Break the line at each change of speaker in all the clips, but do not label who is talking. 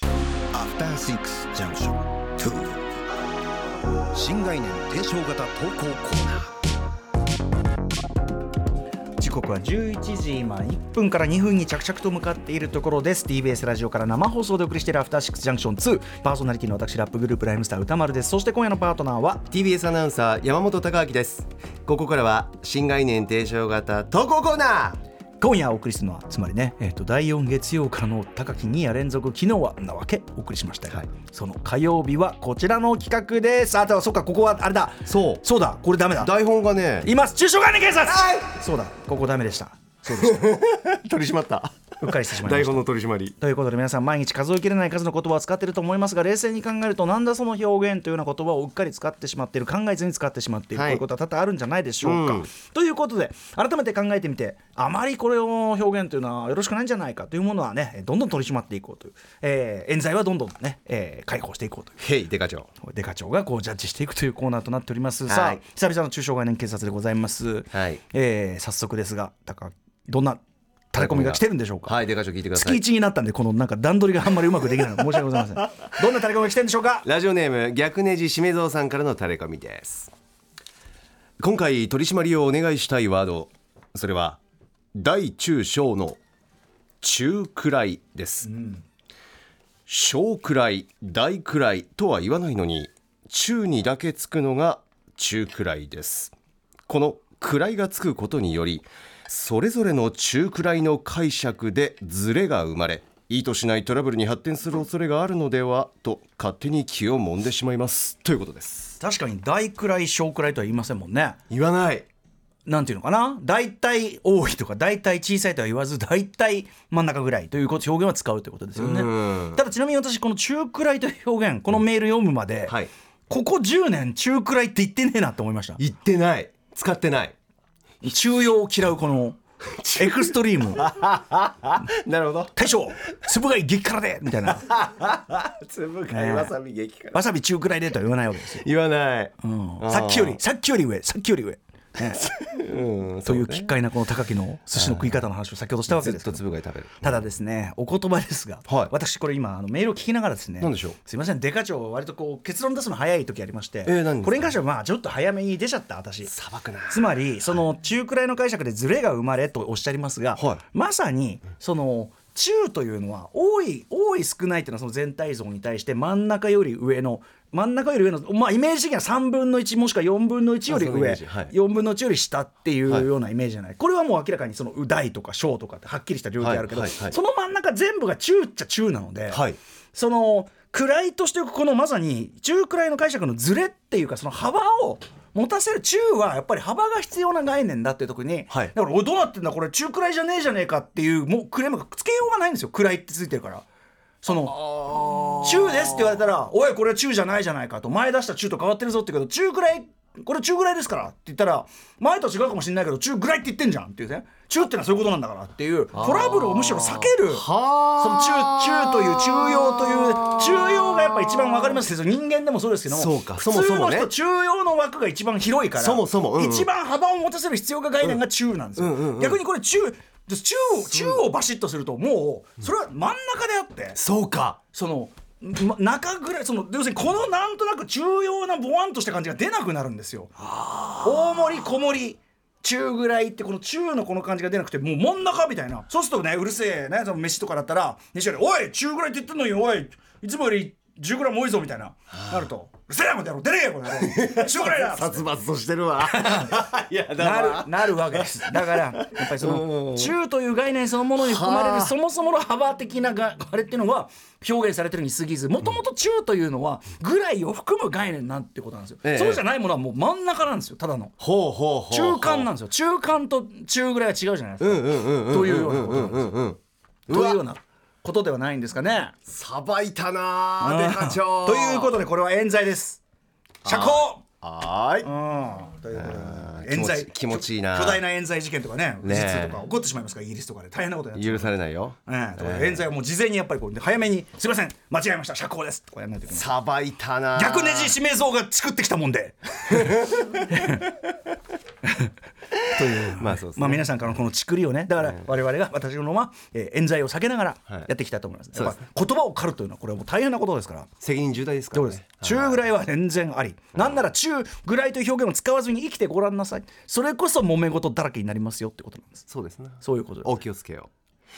ターシックスジャンクション2新概念提唱型投稿コーナー
時刻は11時今1分から2分に着々と向かっているところです TBS ラジオから生放送でお送りしている「アフターシックスジャンクション2」パーソナリティの私ラップグループライムスター歌丸ですそして今夜のパートナーは
TBS アナウンサー山本貴明ですここからは新概念提唱型投稿コーナー
今夜お送りするのはつまりね、えー、と第4月曜からの高木2夜連続昨日はなわけお送りしましたが、
はい
その火曜日はこちらの企画ですあとはそっかここはあれだ
そう
そうだこれダメだ
台本がね
います中小概念警察、
はい
そうだここダメでしたそうでした
取り締まった
うっかりしてしまいま
台
した
本の取り締まり
ということで皆さん毎日数えきれない数の言葉を使っていると思いますが冷静に考えるとなんだその表現というような言葉をうっかり使ってしまっている考えずに使ってしまっている、
は
こ
い
ういうことは多々あるんじゃないでしょうか。
うん
ということで改めて考えてみてあまりこれを表現というのはよろしくないんじゃないかというものはねどんどん取り締まっていこうという、えー、冤罪はどんどんね、えー解放していこうという。
ヘイデカ長
デカ長がこうジャッジしていくというコーナーとなっております、さ
は
あ
い
久々の中小概念警察でございます、
はい
えー早速ですが高どんなタレコミが来てるんでしょうか
はいデカ長聞いてくださ
月
い
一になったんで、このなんか段取りがあんまりうまくできないの、申し訳ございません。どんなタレコミが来てんでしょうか。
ラジオネーム逆ネジしめぞうさんからのタレコミです今回取り締まりをお願いしたいワードそれは大中小の中くらいです、小くらい大くらいとは言わないのに中にだけつくのが中くらいですこの位がつくことによりそれぞれの中くらいの解釈でズレが生まれ意図しないトラブルに発展する恐れがあるのではと勝手に気を揉んでしまいますということです
確かに大くらい小くらいとは言いませんもんね。
言わない
なんていうのかな、大体多いとか大体小さいとは言わず、大体真ん中ぐらいということ表現は使うということですよ
う
ね。ただちなみに私この中くらいという表現、このメール読むまで、
はい
ここ10年中くらいって言ってねえなと思いました。
言ってない使ってない
中庸を嫌うこのエクストリーム。
なるほど
大将、つぶ貝激辛でみたいな。
粒
がいわさ
び激辛
わさび中くらいでとは言わないわけですよ。
言わない、
うんさっきより、さっきより上、さっきよ り上。ね
うん、
という
そね
奇怪なこの高木の寿司の食い方の話を先ほどしたわけ
ず
で
っ
すけ
と
ど
粒貝食べる
ただですねお言葉ですが、
はい
私これ今あのメールを聞きながらですね
何でしょう
すいませんデカ長割とこう結論出すの早い時ありまして、
えー何ですか
これに関してはまあちょっと早めに出ちゃった私
さばくな
つまりその中くらいの解釈でズレが生まれとおっしゃりますが、
はい
まさにその中というのは多い多い少ないというのはその全体像に対して真ん中より上の真ん中より上の、まあ、イメージ的には3分の1もしくは4分の1より
あそのイメ
上、
ージはい
4分の1より下っていう
はい
ようなイメージじゃない、これはもう明らかにその大とか小とかってはっきりした領域あるけど、
はいはいはい
その真ん中全部が中っちゃ中なので。
はい
その位としていくこのまさに中くらいの解釈のズレっていうかその幅を持たせる中はやっぱり幅が必要な概念だっていう時に、
はい
だからおいどうなってんだこれ中くらいじゃねえじゃねえかっていうもうクレームがつけようがないんですよ位ってついてるから。その中ですって言われたら「おいこれは中じゃないじゃないか」と「前出した中と変わってるぞ」って言うけど「中くらいこれ中ぐらいですから」って言ったら「前とは違うかもしれないけど中ぐらいって言ってんじゃん」っていうね「中ってのはそういうことなんだから」っていうトラブルをむしろ避ける。その中中という中庸という中庸がやっぱ一番わかりますけど人間でもそうですけども
そうか
普
そも
通
そも
の
ね
人中庸の枠が一番広いから
そもそもうんうん
一番幅を持たせる必要が概念が中なんですよ、逆にこれ中中を中をバシッとするともうそれは真ん中であって
そうか
そのま中ぐらいその要するにこのなんとなく中庸なボワンとした感じが出なくなるんですよ大盛り小盛り中ぐらいってこの中のこの感じが出なくてもう真ん中みたいなそうするとねうるせえねその飯とかだったら西より「おい中ぐらいって言ってんのにおいいつもより10グラム多いぞ」みたいななると「うるせえなこの野郎出ねえよこの野郎中ぐらいだ!」
殺伐としてるわい やだ
な
わ
るなるわけですだからやっぱりその中という概念そのものに含まれるそもそもの幅的ながあれっていうのは表現されてるに過ぎずもともと中というのはぐらいを含む概念なんてことなんですよ、
ええ
そうじゃないものはもう真ん中なんですよただの
ほうほうほう
中間なんですよ中間と中ぐらいは違うじゃないですか、というようなことなんですよというようなことではないんですかね
さばいたなーデカ長
ということでこれは冤罪です釈放
はーい
うんということで
ー
冤罪
気持ち気持ちいいな
巨大な冤罪事件とかね
ねえ
実とか起こってしまいますからイギリスとかで大変なことになっちゃう
許されないよ
ええだから冤罪はもう事前にやっぱりこう早めに「すいません間違えました釈放です」とかやらないといけない
さばいたなー
逆ネジ指名像が作ってきたもんでという
まあそうですね
まあ、皆さんからのこのちくりをねだから我々が私のまま、えー冤罪を避けながら
はい
やっていきたいと思います,、
そうですね
やっぱ言葉を狩るというのはこれはもう大変なことですから。
責任重大ですか
ど
ら
う
ね
です中ぐらいは全然あり、なんなら中ぐらいという表現を使わずに生きてごらんなさいそれこそ揉め事だらけになりますよってことなんです
そうですね
そういうことです
お気をつけよう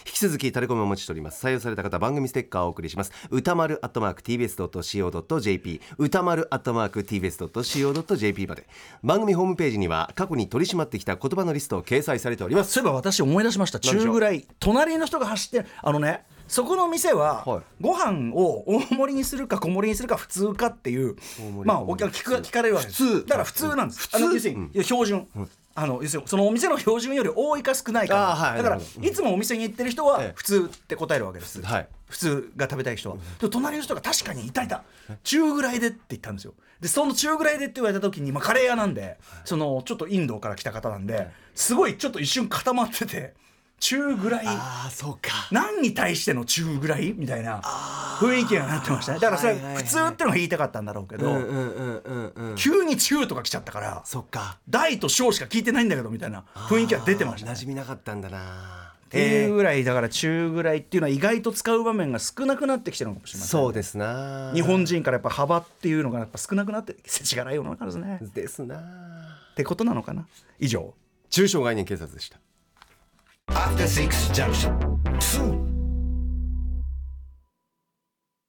引き続きタレコミをお待ちしております採用された方番組ステッカーをお送りします歌丸アットマーク TBS.CO.JP 歌丸アットマーク TBS.CO.JP まで番組ホームページには過去に取り締まってきた言葉のリストを掲載されております
そういえば私思い出しました
何でしょう
中ぐらい隣の人が走ってあのねそこの店は
はい
ご飯を大盛りにするか小盛りにするか普通かっていう
盛り
まあお客聞く聞かれるわけです
普通
だから普通なんです
通
あの要するにいや標準あの要するにそのお店の標準より多いか少ない
あー
か
はい
だから
なるほ
いつもお店に行ってる人
ええ
は普通って答えるわけです
はい
普通が食べたい人はで隣の人が確かにいたいた中ぐらいでって言ったんですよでその中ぐらいでって言われた時に、まあ、カレー屋なんでそのちょっとインドから来た方なんですごいちょっと一瞬固まってて中ぐらい
ああそうか
何に対しての中ぐらいみたいな雰囲気にはなってましたねだからそれ
はいはいは
はい普通ってのが言いたかったんだろうけど、
うんうんうんうんうん
急に中とか来ちゃったから
そっか
大と小しか聞いてないんだけどみたいな雰囲気は出てましたね
馴染みなかったんだな
っていうぐらいだから中ぐらいっていうのは意外と使う場面が少なくなってきてるのかもしれませんね
そうですな
日本人からやっぱ幅っていうのがやっぱ少なくなって世知辛い世の中ですね
ですな
ってことなのかな以上
中小概念警察でした
アフターシックスジャンクション2